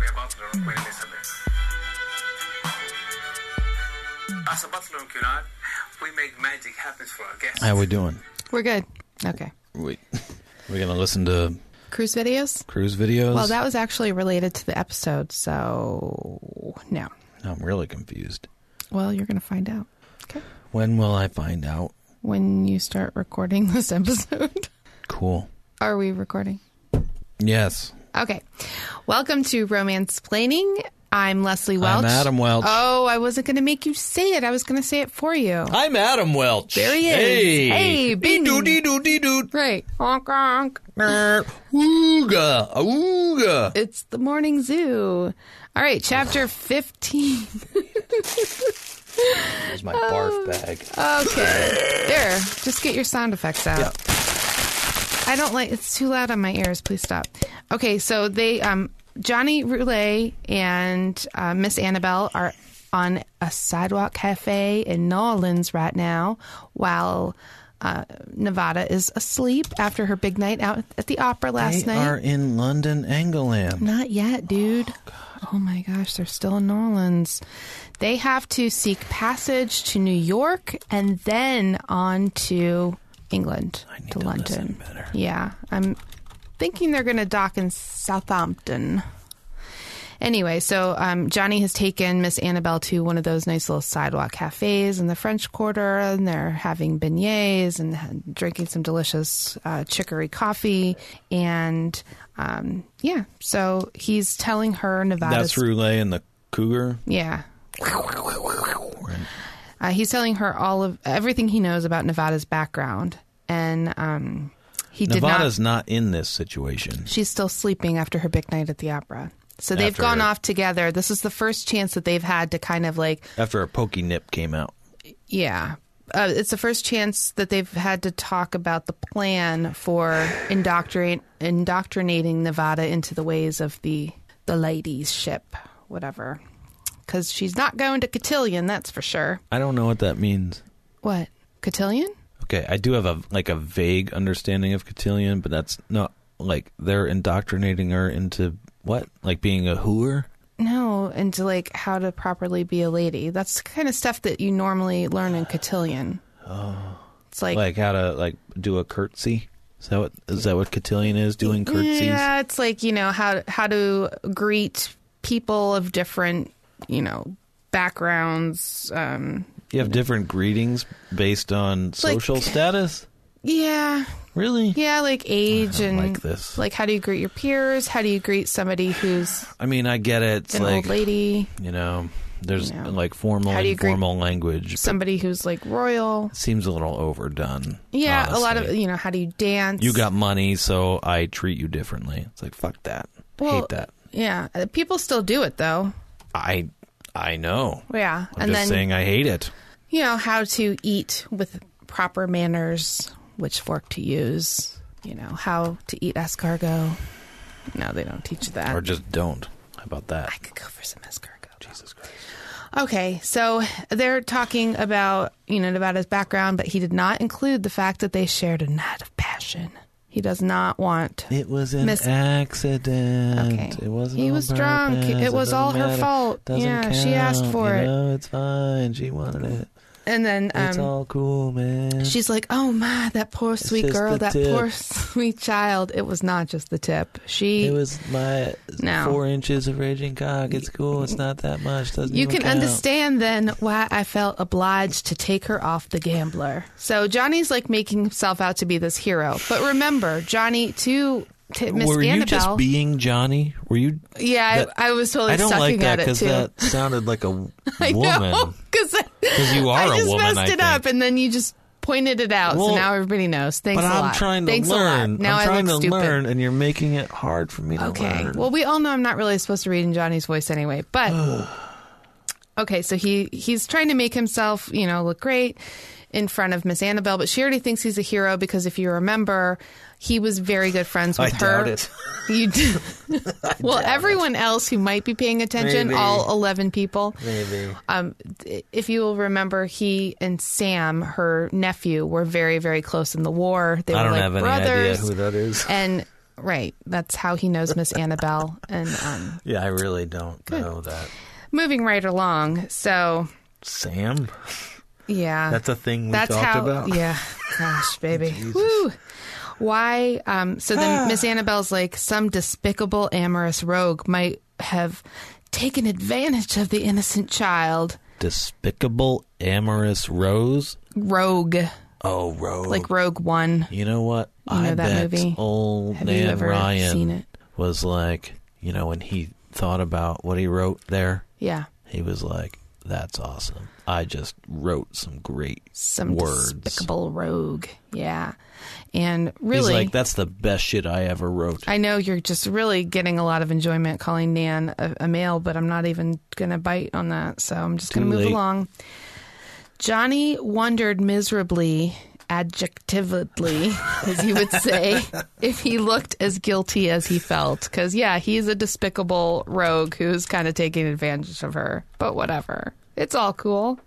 Wait a minute. As a butler and Cunard, we make magic happen for our guests. How we doing? We're good. Okay. We we gonna listen to Cruise videos? cruise videos? Well, that was actually related to the episode, so no. Now I'm really confused. Well, you're going to find out. Okay. When will I find out? When you start recording this episode. Cool. Are we recording? Yes. Okay. Welcome to Romance Planning. I'm Leslie Welch. Adam Welch. Oh, I wasn't going to make you say it. I was going to say it for you. I'm Adam Welch. There he is. Hey. Hey, dee Bing. doo dee doo dee doo. Right. Honk, honk. Ooga. Ooga. It's the morning zoo. All right, chapter 15. There's my Oh, barf bag. Okay. There. Just get your sound effects out. I don't like it's too loud on my ears. Please stop. Okay, so they um Johnny Roulet and uh, Miss Annabelle are on a sidewalk cafe in New Orleans right now while uh, Nevada is asleep after her big night out at the opera last they night. are in London, England. Not yet, dude. Oh, my gosh, they're still in New Orleans. They have to seek passage to New York and then on to England I need to, to listen London. better. Yeah, I'm thinking they're going to dock in Southampton. Anyway, so um, Johnny has taken Miss Annabelle to one of those nice little sidewalk cafes in the French Quarter, and they're having beignets and ha- drinking some delicious uh, chicory coffee. And um, yeah, so he's telling her Nevada's. That's Roulet and the Cougar. Yeah. Uh, he's telling her all of everything he knows about Nevada's background, and um, he did not Nevada's not in this situation. she's still sleeping after her big night at the opera. So they've After- gone off together. This is the first chance that they've had to kind of like, After a pokey nip came out. yeah. Uh, it's the first chance that they've had to talk about the plan for indoctrinate, indoctrinating Nevada into the ways of the the ladies ship, whatever. Because she's not going to Cotillion, that's for sure. I don't know what that means. What Cotillion? Okay, I do have a like a vague understanding of Cotillion, but that's not like they're indoctrinating her into what? Like being a hooer? No, into like how to properly be a lady. That's the kind of stuff that you normally learn in Cotillion. Oh, it's like, Like how to like do a curtsy? Is that what is that what Cotillion is? Doing curtsies? yeah, it's like you know how how to greet people of different you know backgrounds. Um, You have different greetings based on social status? yeah, Really? yeah, like age I don't and like this. like how do you greet your peers? How do you greet somebody who's I mean, I get it. It's an like old lady? you know, there's You know. like formal How do you greet- informal language. Somebody who's like royal? Seems a little overdone. Yeah, a lot honestly. of you know how do you dance? you got money, so I treat you differently. It's like fuck that. Well, Hate that. Yeah, uh, people still do it though. I I know. Yeah, I'm and just then saying I hate it. you know how to eat with proper manners, which fork to use, you know how to eat escargot. No, they don't teach you that. Or just don't. How about that? I could go for some escargot. Jesus Christ. Okay, so they're talking about you know Nevada's background, but he did not include the fact that they shared a night of passion. He does not want. It was an Miss- accident. Okay. It wasn't. He on was drunk. purpose. It was doesn't all her matter. fault. Doesn't Yeah, she asked count. for You it. know, it's fine. She wanted it. And then it's um, all cool, man. She's like, oh my, that poor sweet just girl, the that tip." poor sweet child. It was not just the tip. She, it was my No. four inches of raging cock. It's cool. It's not that much. Doesn't you even can count. understand then why I felt obliged to take her off the gambler. So Johnny's like making himself out to be this hero. But remember, Johnny, to to Miss Were Annabelle. you just being Johnny? Were you? yeah, that- I, I was totally I don't sucking like that at it because too. that sounded like a woman. I know, because you are I a just woman, messed I it up, think. and then you just pointed it out, Well, so now everybody knows. Thanks But a I'm lot. trying to Thanks a learn. lot. Now I'm trying I to look stupid. learn, and you're making it hard for me to Okay. learn. Well, we all know I'm not really supposed to read in Johnny's voice anyway, but okay. So he he's trying to make himself, you know, look great in front of Miss Annabelle, but she already thinks he's a hero because if you remember, he was very good friends I with her. doubt it. You do. well, everyone else who might be paying attention, Maybe. all eleven people. Maybe. Um, th- if you will remember, he and Sam, her nephew, were very, very close in the war. They I were don't like have any brothers idea who that is. and Right. That's how he knows Miss Annabelle. And um, Yeah, I really don't know that. moving right along. So, Sam, yeah. that's a thing we That's talked how. about. Yeah. Gosh, baby. Woo. Why? Um, so Ah. then Miss Annabelle's like some despicable amorous rogue might have taken advantage of the innocent child. Despicable amorous Rose. Rogue, Oh, Rose. like Rogue One. you know what? You I know that bet movie? old Have you man ever Ryan seen it? was like, you know, when he thought about what he wrote there, Yeah. he was like, "That's awesome. I just wrote some great Some words." despicable rogue. Yeah. And He's really, like, "That's the best shit I ever wrote." I know you're just really getting a lot of enjoyment calling Nan a, a male, but I'm not even going to bite on that. So I'm just going Too to move late. along. Johnny wondered miserably, adjectively, as he would say, if he looked as guilty as he felt. Because, yeah, he's a despicable rogue who's kind of taking advantage of her, but whatever. It's all cool.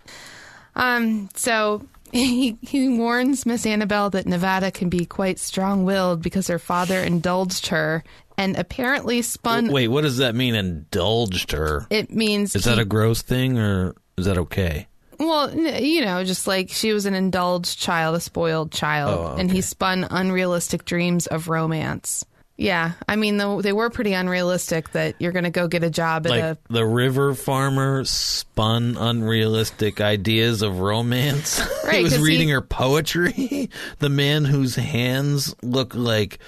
Um, so he, he warns Miss Annabelle that Nevada can be quite strong willed because her father indulged her and apparently spun. Wait, what does that mean? Indulged her? It means Is that a gross thing or is that okay? Well, n- you know, just like she was an indulged child, a spoiled child, Oh, and he okay. spun unrealistic dreams of romance. Yeah, I mean, the, they were pretty unrealistic that you're going to go get a job at Like a. the river farmer spun unrealistic ideas of romance. Right, he 'cause was he- reading her poetry. The man whose hands look like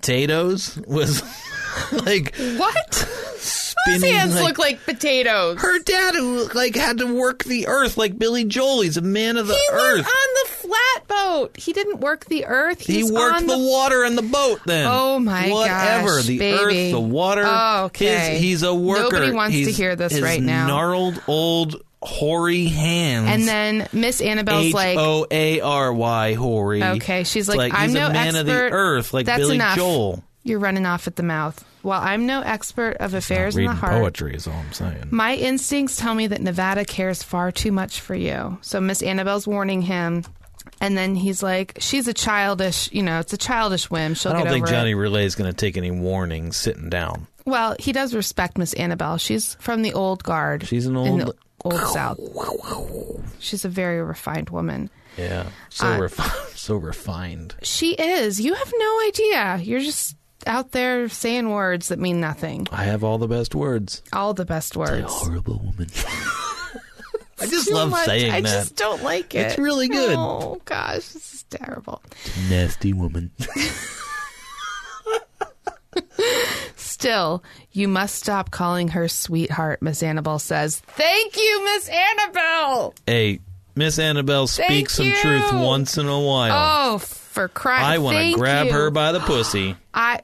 potatoes was like What? His spinning. hands like, look like potatoes. her dad, who like had to work the earth like Billy Joel. He's a man of the he earth. went on the flatboat. He didn't work the earth. He He's worked on the, water and the boat then. Oh, my Whatever. gosh, the baby. earth, the water. Oh, okay. His, he's a worker. Nobody wants to His- hear this his right now. gnarled old hoary hands. And then Miss Annabelle's H like, O A R Y hoary. Okay, she's It's like, I'm he's no a man expert. of the earth, like That's Billy enough. Joel. You're running off at the mouth. Well, I'm no expert of affairs in the Reading heart. poetry is all I'm saying. My instincts tell me that Nevada cares far too much for you. So Miss Annabelle's warning him. And then he's like, she's a childish, you know, it's a childish whim. She'll I don't get think over Johnny it. Relay is going to take any warning sitting down. Well, he does respect Miss Annabelle. She's from the old guard. She's an in the old- old South. She's a very refined woman. Yeah, so refi- so refined. She is. You have no idea. You're just out there saying words that mean nothing. I have all the best words. All the best words. Horrible woman. I just Too love much. saying I that. just don't like it. It's really good. Oh gosh, this is terrible. Nasty woman. Still, you must stop calling her sweetheart, Miss Annabelle says. Thank you, Miss Oh. Annabelle. hey, Miss Annabelle speaks some you. truth once in a while. Oh, for crying. I want to Thank grab you. her by the pussy. I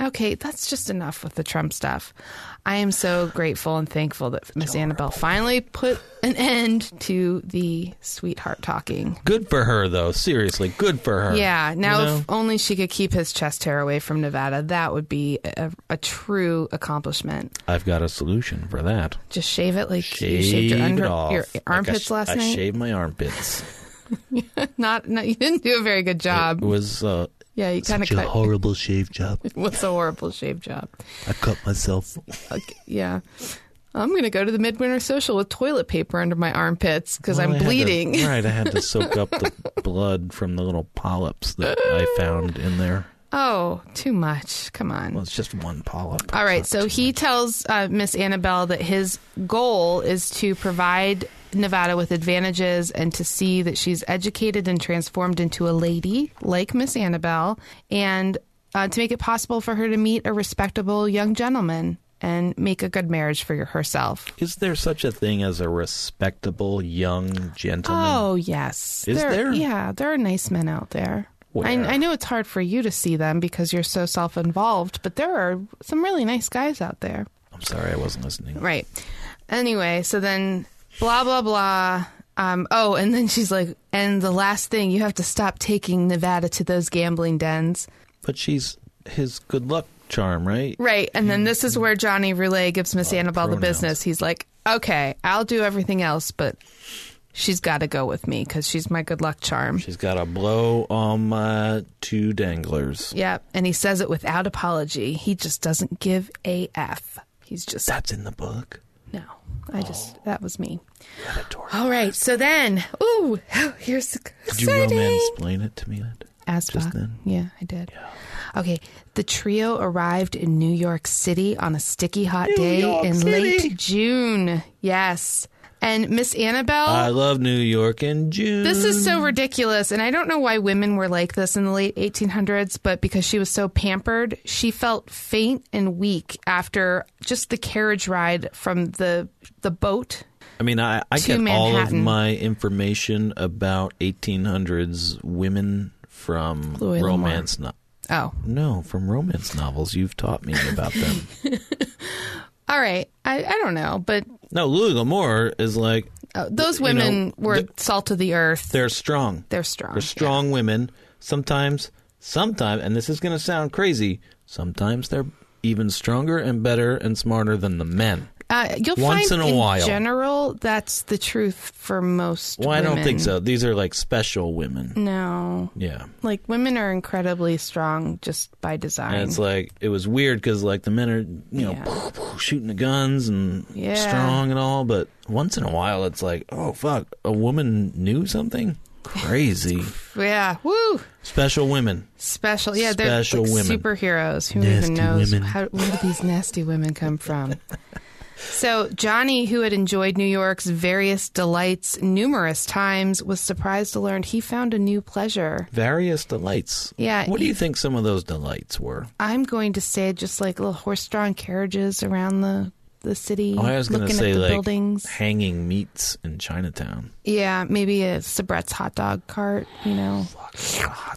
Okay, that's just enough with the Trump stuff. I am so grateful and thankful that Miss Annabelle finally put an end to the sweetheart talking. Good for her, though. Seriously, good for her. Yeah. Now, You know? if only she could keep his chest hair away from Nevada, that would be a, a true accomplishment. I've got a solution for that. Just shave it like you Shave shaved your, under, it off. your Like I armpits sh- last I night. shaved my armpits. Not, no, you didn't do a very good job. It was uh, yeah, you kind of Such a cut. horrible shave job. What's a horrible shave job? I cut myself. Like, yeah. I'm going to go to the midwinter social with toilet paper under my armpits because well, I I'm had to- bleeding. right, I had to soak up the blood from the little polyps that I found in there. oh, too much. Come on. Well, it's just one polyp. All right. So he tells uh, Miss Annabelle that his goal is to provide Nevada with advantages and to see that she's educated and transformed into a lady like Miss Annabelle and uh, to make it possible for her to meet a respectable young gentleman and make a good marriage for herself. Is there such a thing as a respectable young gentleman? Oh, yes. Is there? Yeah, there are nice men out there. I, Where? I know it's hard for you to see them because you're so self involved, but there are some really nice guys out there. I'm sorry, I wasn't listening. Right. Anyway, so then blah blah blah. Um, oh, and then she's like, and the last thing you have to stop taking Nevada to those gambling dens. But she's his good luck charm, right? Right. And then this is where Johnny Roulet gives Miss Annabelle the Oh, pronouns. business. He's like, okay, I'll do everything else, but she's got to go with me because she's my good luck charm. She's got a blow on my two danglers. Yep. And he says it without apology. He just doesn't give a F. He's just, That's in the book. no, I just, Oh. that was me. What a dork. All right. So then, ooh, here's the Did you exciting. explain it to me? Ed? As Just fuck. then? Yeah, I did. Okay. The trio arrived in New York City on a sticky hot day in late June. Yes. And Miss Annabelle. I love New York in June. Oh. this is so ridiculous. And I don't know why women were like this in the late 1800s, but because she was so pampered, she felt faint and weak after just the carriage ride from the the boat. I mean, I, I to get all of Manhattan. my information about 1800s women from Louis romance. No- Oh. no, from romance novels. You've taught me about them. All right. I, I don't know, but no, Louis L'Amour is like uh, those You know, women were th- salt of the earth. they're strong. They're strong, They're strong women. Sometimes, sometimes, and this is going to sound crazy. Sometimes they're even stronger and better and smarter than the men. Uh, you'll Once find in a while. general, that's the truth for most. Well, I don't women. Mm. think so. These are like special women. No, Yeah. like women are incredibly strong just by And design. it's like it was weird because like the men are you know Yeah. poof, poof, shooting the guns and Yeah. strong and all, but once in a while it's like oh fuck, a woman knew something crazy. yeah, woo, Special women. special. Yeah, they're Special like women. superheroes. Who Nasty even knows women. how? Where do these nasty women come from? So Johnny, who had enjoyed New York's various delights numerous times, was surprised to learn he found a new pleasure. Various delights. Yeah, What do he- you think some of those delights were? I'm going to say just like little horse-drawn carriages around the the city, Oh, I was going to looking say at the like buildings. hanging meats in Chinatown. Yeah, maybe a Sabrette's hot dog cart, you know.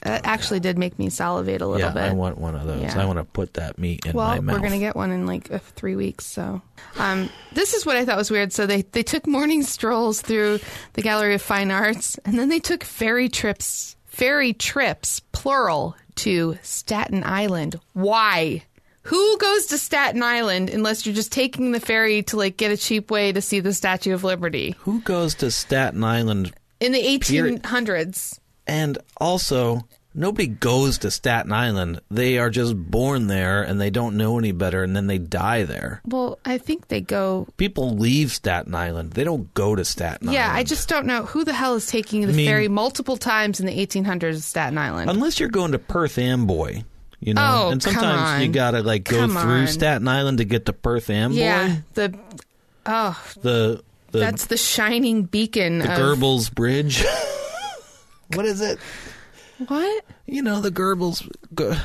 That actually did make me salivate a little yeah, bit. I want one of those. Yeah. I want to put that meat in my well, mouth. we're going to get one in like uh, three weeks. So, um, this is what I thought was weird. So, they, they took morning strolls through the Gallery of Fine Arts, and then they took ferry trips, ferry trips, plural, to Staten Island. Why? Who goes to Staten Island unless you're just taking the ferry to like get a cheap way to see the Statue of Liberty? Who goes to Staten Island? In the Period. 1800s. And also, nobody goes to Staten Island. They are just born there and they don't know any better and then they die there. Well, I think they go. People leave Staten Island. They don't go to Staten Island. Yeah, I just don't know who the hell is taking the I mean- ferry multiple times in the 1800s to Staten Island. Unless you're going to Perth Amboy, you know. Oh, and come sometimes you on. got to like go Come through on. Staten Island to get to Perth Amboy. yeah, the oh, The the that's the shining beacon the of Goebbels Bridge. what is it? what You know, the Goebbels Go-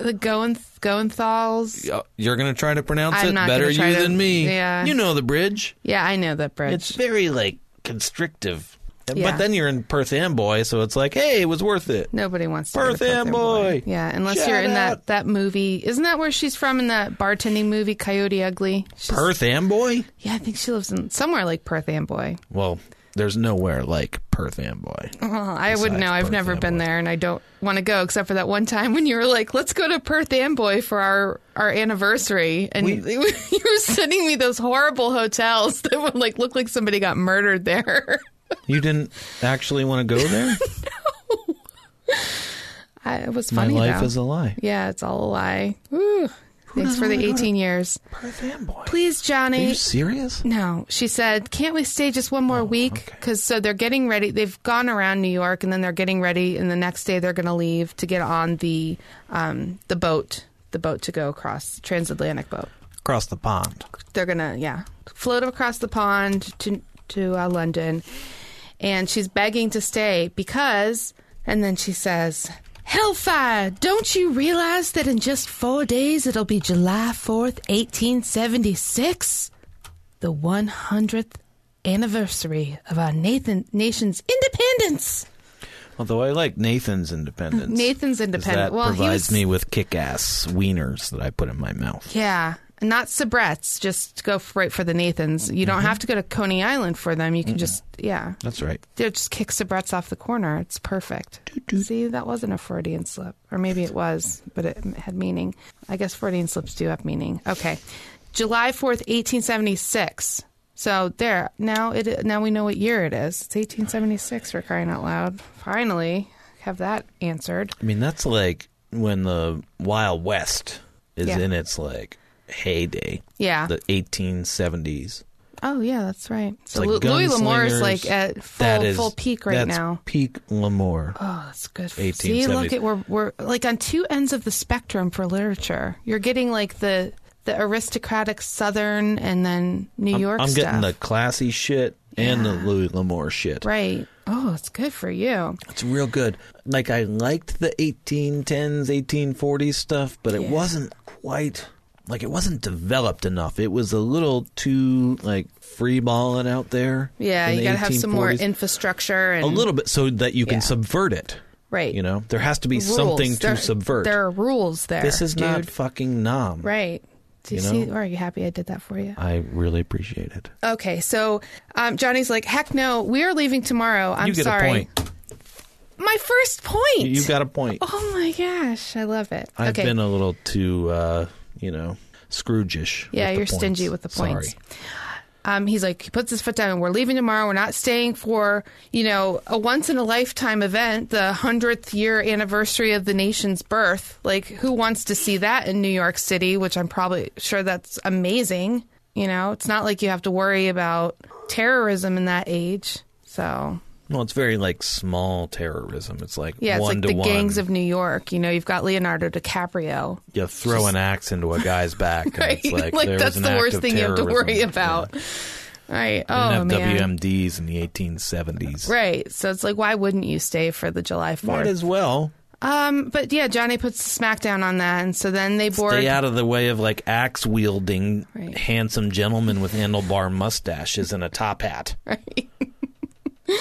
the Goen Goenthals. Uh, You're going to try to pronounce I'm it not better gonna you try to- than me. yeah. You know the bridge. Yeah, I know that bridge. It's very like constrictive. Yeah. But then you're in Perth Amboy, so it's like, hey, it was worth it. Nobody wants to go Perth to Perth Amboy. Amboy. Yeah, unless Shout you're in that out. that movie. Isn't that where she's from in that bartending movie Coyote Ugly? She's- Perth Amboy? Yeah, I think she lives in somewhere like Perth Amboy. Well, there's nowhere like Perth Amboy. Well, Uh-huh. I besides wouldn't know. I've Perth never been Amboy. there, and I don't want to go except for that one time when you were like, "Let's go to Perth Amboy for our our anniversary," and you were sending me those horrible hotels that would like look like somebody got murdered there. You didn't actually want to go there? I, it was My funny. life though. is a lie. yeah, it's all a lie. Woo. Thanks for the 18 years. Perth Amboy. Please, Are Johnny. you serious? No, she said, "Can't we stay just one more week? 'Cause week?" okay. Because so they're getting ready. They've gone around New York, and then they're getting ready. And the next day, they're going to leave to get on the um, the boat, the boat to go across transatlantic boat. Across the pond. They're gonna yeah float across the pond to to uh, London, and she's begging to stay because. And then she says, "Hellfire! Don't you realize that in just four days it'll be July fourth, eighteen seventy six? the 100th anniversary of our Nathan nation's independence. Although I like Nathan's independence. Nathan's 'cause independent. That well, he provides was, me with kick-ass wieners that I put in my mouth. Yeah, not Sabrette's. Just go f right for the Nathans. You don't have to go to Coney Island for them. You can just yeah, That's right. They'll just kick Sabrette's off the corner. It's perfect. See, that wasn't a Freudian slip, or maybe it was, but it had meaning. I guess Freudian slips do have meaning. Okay, July fourth, eighteen seventy six. So there. Now it. Now we know what year it is. It's 1876. We're crying out loud. Finally, have that answered. I mean, that's like when the Wild West is Yeah. in its like heyday, Yeah. the 1870s. oh yeah, that's right. So Like Lu- Louis gunslingers. L'Amour is like at full That is- full peak right that's now. Peak L'Amour. Oh, that's good. See, look 1870s. at we're we're like on two ends of the spectrum for literature. You're getting like the the aristocratic Southern and then New York. I'm stuff. getting the classy shit and the Louis L'Amour shit. right. Oh, it's good for you. It's real good. Like I liked the 1810s, 1840s stuff, but it Yeah. wasn't quite like it wasn't developed enough. It was a little too like free balling out there. Yeah, in you the got to have some more 1840s. infrastructure and a little bit so that you Yeah. can subvert it. Right. You know, there has to be rules. something to There- subvert. There are rules there. this is dude. not fucking nom. right. Do you, you see? know? Or are you happy I did that for you? I really appreciate it. Okay, so um, Johnny's like, heck no, we are leaving tomorrow. I'm you get sorry. a point. My first point. You got a point. Oh my gosh, I love it. I've okay. been a little too, uh, you know, Scrooge-ish. yeah, with the you're stingy points. with the points. Sorry. Um, he's like, he puts his foot down. We're leaving tomorrow. We're not staying for, you know, a once in a lifetime event, the hundredth year anniversary of the nation's birth. Like, who wants to see that in New York City? Which I'm probably sure that's amazing. You know, it's not like you have to worry about terrorism in that age. So Well, it's very like small terrorism. It's like yeah, it's one like to the one. gangs of New York. You know, you've got Leonardo DiCaprio. you throw an axe into a guy's back. and Right? it's like, there that's was an the act worst of thing you have to terrorism. worry Yeah. about. Right. They Oh didn't have man. WMDs in the 1870s. Right. So it's like, why wouldn't you stay for the July Might 4th? as well um, but yeah, Johnny puts the smack down on that. And so then they board. stay out of the way of like axe wielding Right. handsome gentlemen with handlebar mustaches and a top hat. Right? Uh,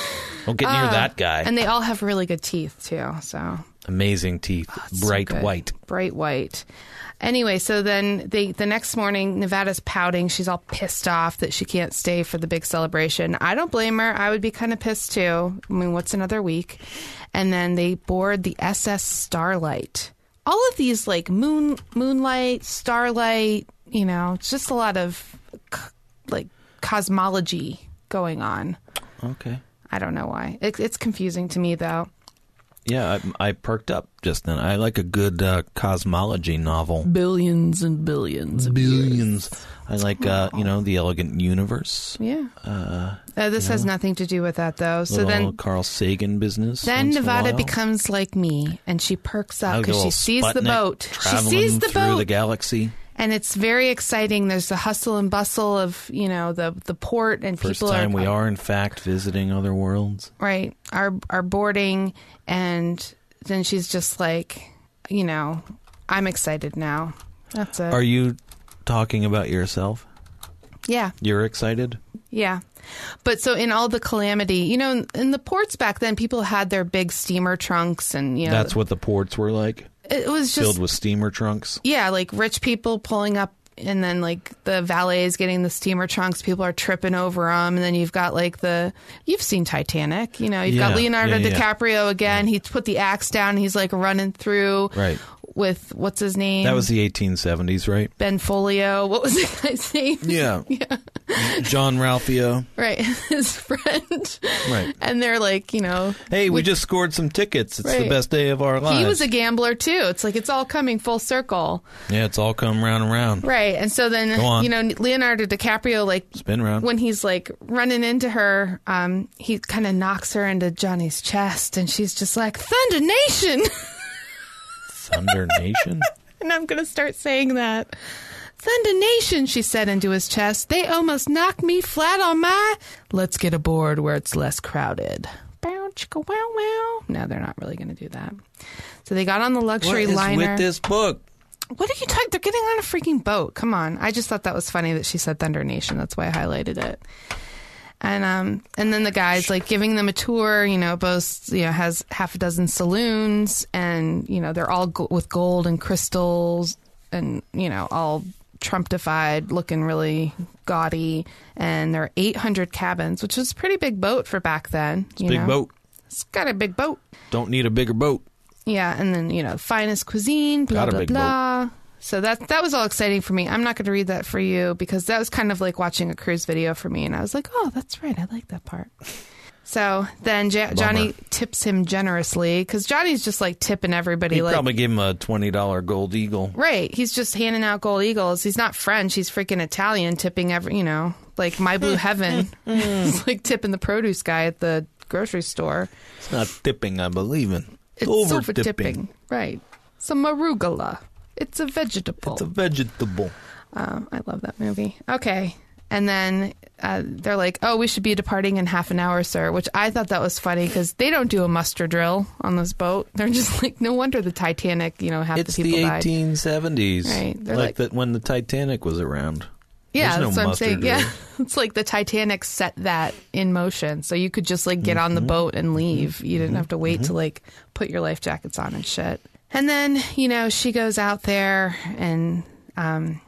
Don't get near that guy. And they all have really good teeth, too. So Amazing teeth, Ah, so bright good. white. Bright white. Anyway, so then they, the next morning, Nevada's pouting. She's all pissed off that she can't stay for the big celebration. I don't blame her. I would be kind of pissed too. I mean, what's another week? And then they board the SS Starlight. All of these like moon, moonlight, starlight. You know, it's just a lot of c- like cosmology going on. Okay. I don't know why. It, it's confusing to me though. Yeah, I, I perked up just then. I like a good uh, cosmology novel. Billions and billions. Billions. I like, uh, you know, the Elegant Universe. Yeah. Uh, this has nothing to do with that, though. So little then, Carl Sagan business. then once in a Nevada while. becomes like me, and she perks up Like a because she little sees the Sputnik boat. She traveling sees the through boat, the galaxy. and it's very exciting. There's the hustle and bustle of you know the the port, and First people time are, we are in fact visiting other worlds. right are are boarding, and then she's just like, you know, I'm excited now. That's it. Are you talking about yourself? yeah. You're excited? Yeah. But so in all the calamity, you know, in, in the ports back then, people had their big steamer trunks and, you know, That's what the ports were like, it was filled just, with steamer trunks. yeah, like rich people pulling up and then like the valets getting the steamer trunks. People are tripping over them. And then you've got like the, you've seen Titanic, you know, you've got Yeah. Leonardo Yeah, yeah. DiCaprio again. He put the axe down. and he's like running through Right. with what's his name? That was the 1870s, right? Ben Folio. What was the guy's name? Yeah. John Ralphio. Right. His friend. Right. And they're like, you know, Hey, we just scored some tickets. It's Right. the best day of our lives. He was a gambler too. It's like it's all coming full circle, yeah, it's all come round and round. right? And so then Go on. you know Leonardo DiCaprio, like Spin round. when he's like running into her, um, he kind of knocks her into Johnny's chest, and she's just like Thunder Nation, Thunder Nation? and I'm gonna start saying that. Thunder Nation, she said into his chest. They almost knocked me flat on my. Let's get aboard where it's less crowded. Bow, chicka, wow, wow. No, they're not really going to do that. So they got on the What luxury is liner. with this book? What are you talking? They're getting on a freaking boat. Come on. I just thought that was funny that she said Thunder Nation. That's why I highlighted it. And um, and then the guys like giving them a tour. You know, boasts you know has half a dozen saloons, and you know they're all go- with gold and crystals, and you know all trumptified, looking really gaudy. And there are 800 cabins, which is a pretty big boat for back then. you Big know? boat. It's got a big boat. Don't need a bigger boat. Yeah, and then you know, finest cuisine, blah Got a blah big blah. So that that was all exciting for me. I'm not going to read that for you because that was kind of like watching a cruise video for me, and I was like, "Oh, that's right, I like that part." So then ja- Johnny tips him generously because Johnny's just like tipping everybody. He like, probably gave him a twenty dollar gold eagle. Right. He's just handing out gold eagles. He's not French. He's freaking Italian, tipping every, you know, like My Blue Heaven. He's like tipping the produce guy at the grocery store. It's not dipping, I believe in. It's over silver dipping. dipping. Right. Some arugula. It's a vegetable. It's a vegetable. Um, I love that movie. Okay. And then uh, they're like, oh, we should be departing in half an hour, sir, which I thought that was funny because they don't do a muster drill on this boat. They're just like, no wonder the Titanic, you know, half it's the the people died. eighteen seventies. Right, Like, they're like- that when the Titanic was around. Yeah, There's no that's what I'm mustard saying. Yeah, really. it's like the Titanic set that in motion, so you could just like get on the Mm-hmm. boat and leave. You didn't have to wait to like put your life jackets on and shit. And then you know she goes out there and um,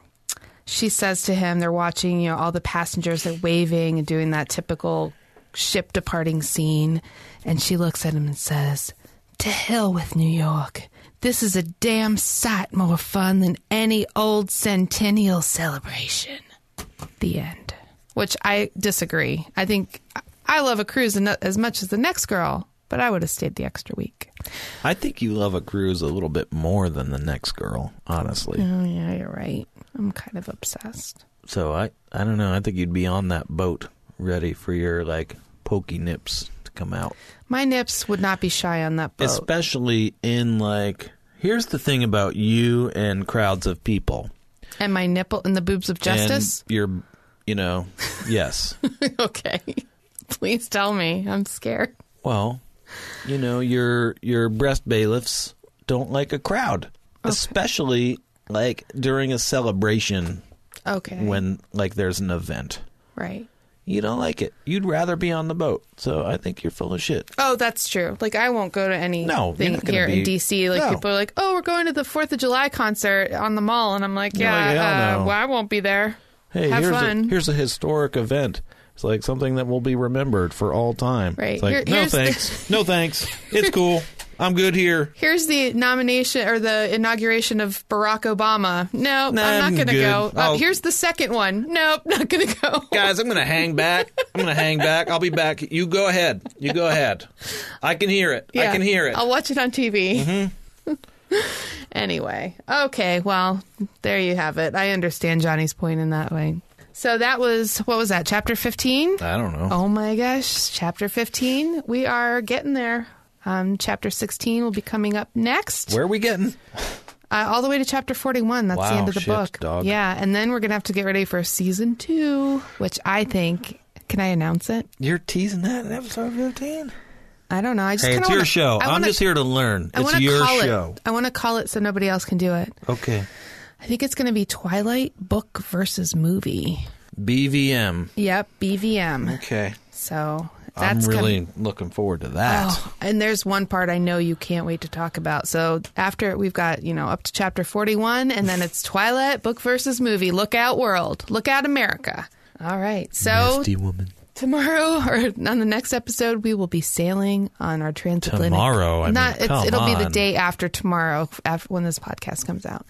she says to him, they're watching. You know, all the passengers are waving and doing that typical ship departing scene, and she looks at him and says, "To hell with New York." This is a damn sight more fun than any old centennial celebration the end. Which I disagree. I think I love a cruise en- as much as the next girl, but I would have stayed the extra week. I think you love a cruise a little bit more than the next girl, honestly. Oh yeah, you're right. I'm kind of obsessed. So I, I don't know. I think you'd be on that boat, ready for your like pokey nips to come out. My nips would not be shy on that boat. Especially in like, here's the thing about you and crowds of people. and my nipple and the boobs of justice. And you're, you know, yes. okay. Please tell me. I'm scared. well, you know, your your breast bailiffs don't like a crowd, especially like during a celebration Okay. when like there's an event. right. You don't like it. You'd rather be on the boat. So I think you're full of shit. Oh, that's true. Like I won't go to any No, you're thing not gonna here be- in DC. Like No. people are like, "Oh, we're going to the Fourth of July concert on the mall," and I'm like, You're "Yeah, like, uh, "Hell no." well, I won't be there." Hey, Have here's fun. a here's a historic event. It's like something that will be remembered for all time. Right. It's like, Here- no here's the- thanks. no thanks. It's cool. I'm good here. Here's the nomination or the inauguration of Barack Obama. No, Nah, I'm I'm not going to good. go. Uh, I'll- here's the second one. Nope, not going to go. Guys, I'm gonna hang back. I'm gonna hang back. I'll be back. You go ahead. You go ahead. I can hear it. I Yeah, can hear it. Mm-hmm. I'll watch it on TV. anyway, okay, well, there you have it. I understand Johnny's point in that way. So that was what was that? Chapter 15? I don't know. Oh my gosh, chapter 15. We are getting there. Um, chapter 16 will be coming up next. Where are we getting? Uh, all the way to chapter 41. That's the Wow, end of the shit, book. dog. Yeah, and then we're going to have to get ready for season two, which I think. Can I announce it? You're teasing that in episode 15. I don't know. I just Hey, kinda it's your wanna- show. I I'm wanna- just here to learn. I it's wanna your call show. It. I want to call it so nobody else can do it. Okay. I think it's going to be Twilight book versus movie. BVM. Yep, BVM. Okay. So that's I'm gonna- really looking forward to that. Oh, and there's one part I know you can't wait to talk about. So after we've got, you know, up to chapter 41 and then it's Twilight book versus movie. Look out world. Look out America. All right. So Nasty woman. tomorrow or on the next episode we will be sailing on our transatlantic. Tomorrow, I mean, Not it's, come it'll be the on. day after tomorrow after when this podcast comes out.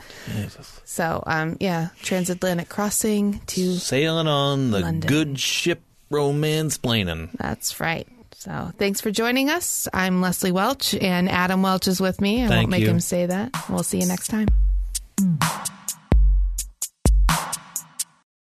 So um yeah, transatlantic crossing to Sailing on the London. good ship romance planing. That's right. So thanks for joining us. I'm Leslie Welch, and Adam Welch is with me. I Thank won't make you. him say that. We'll see you next time.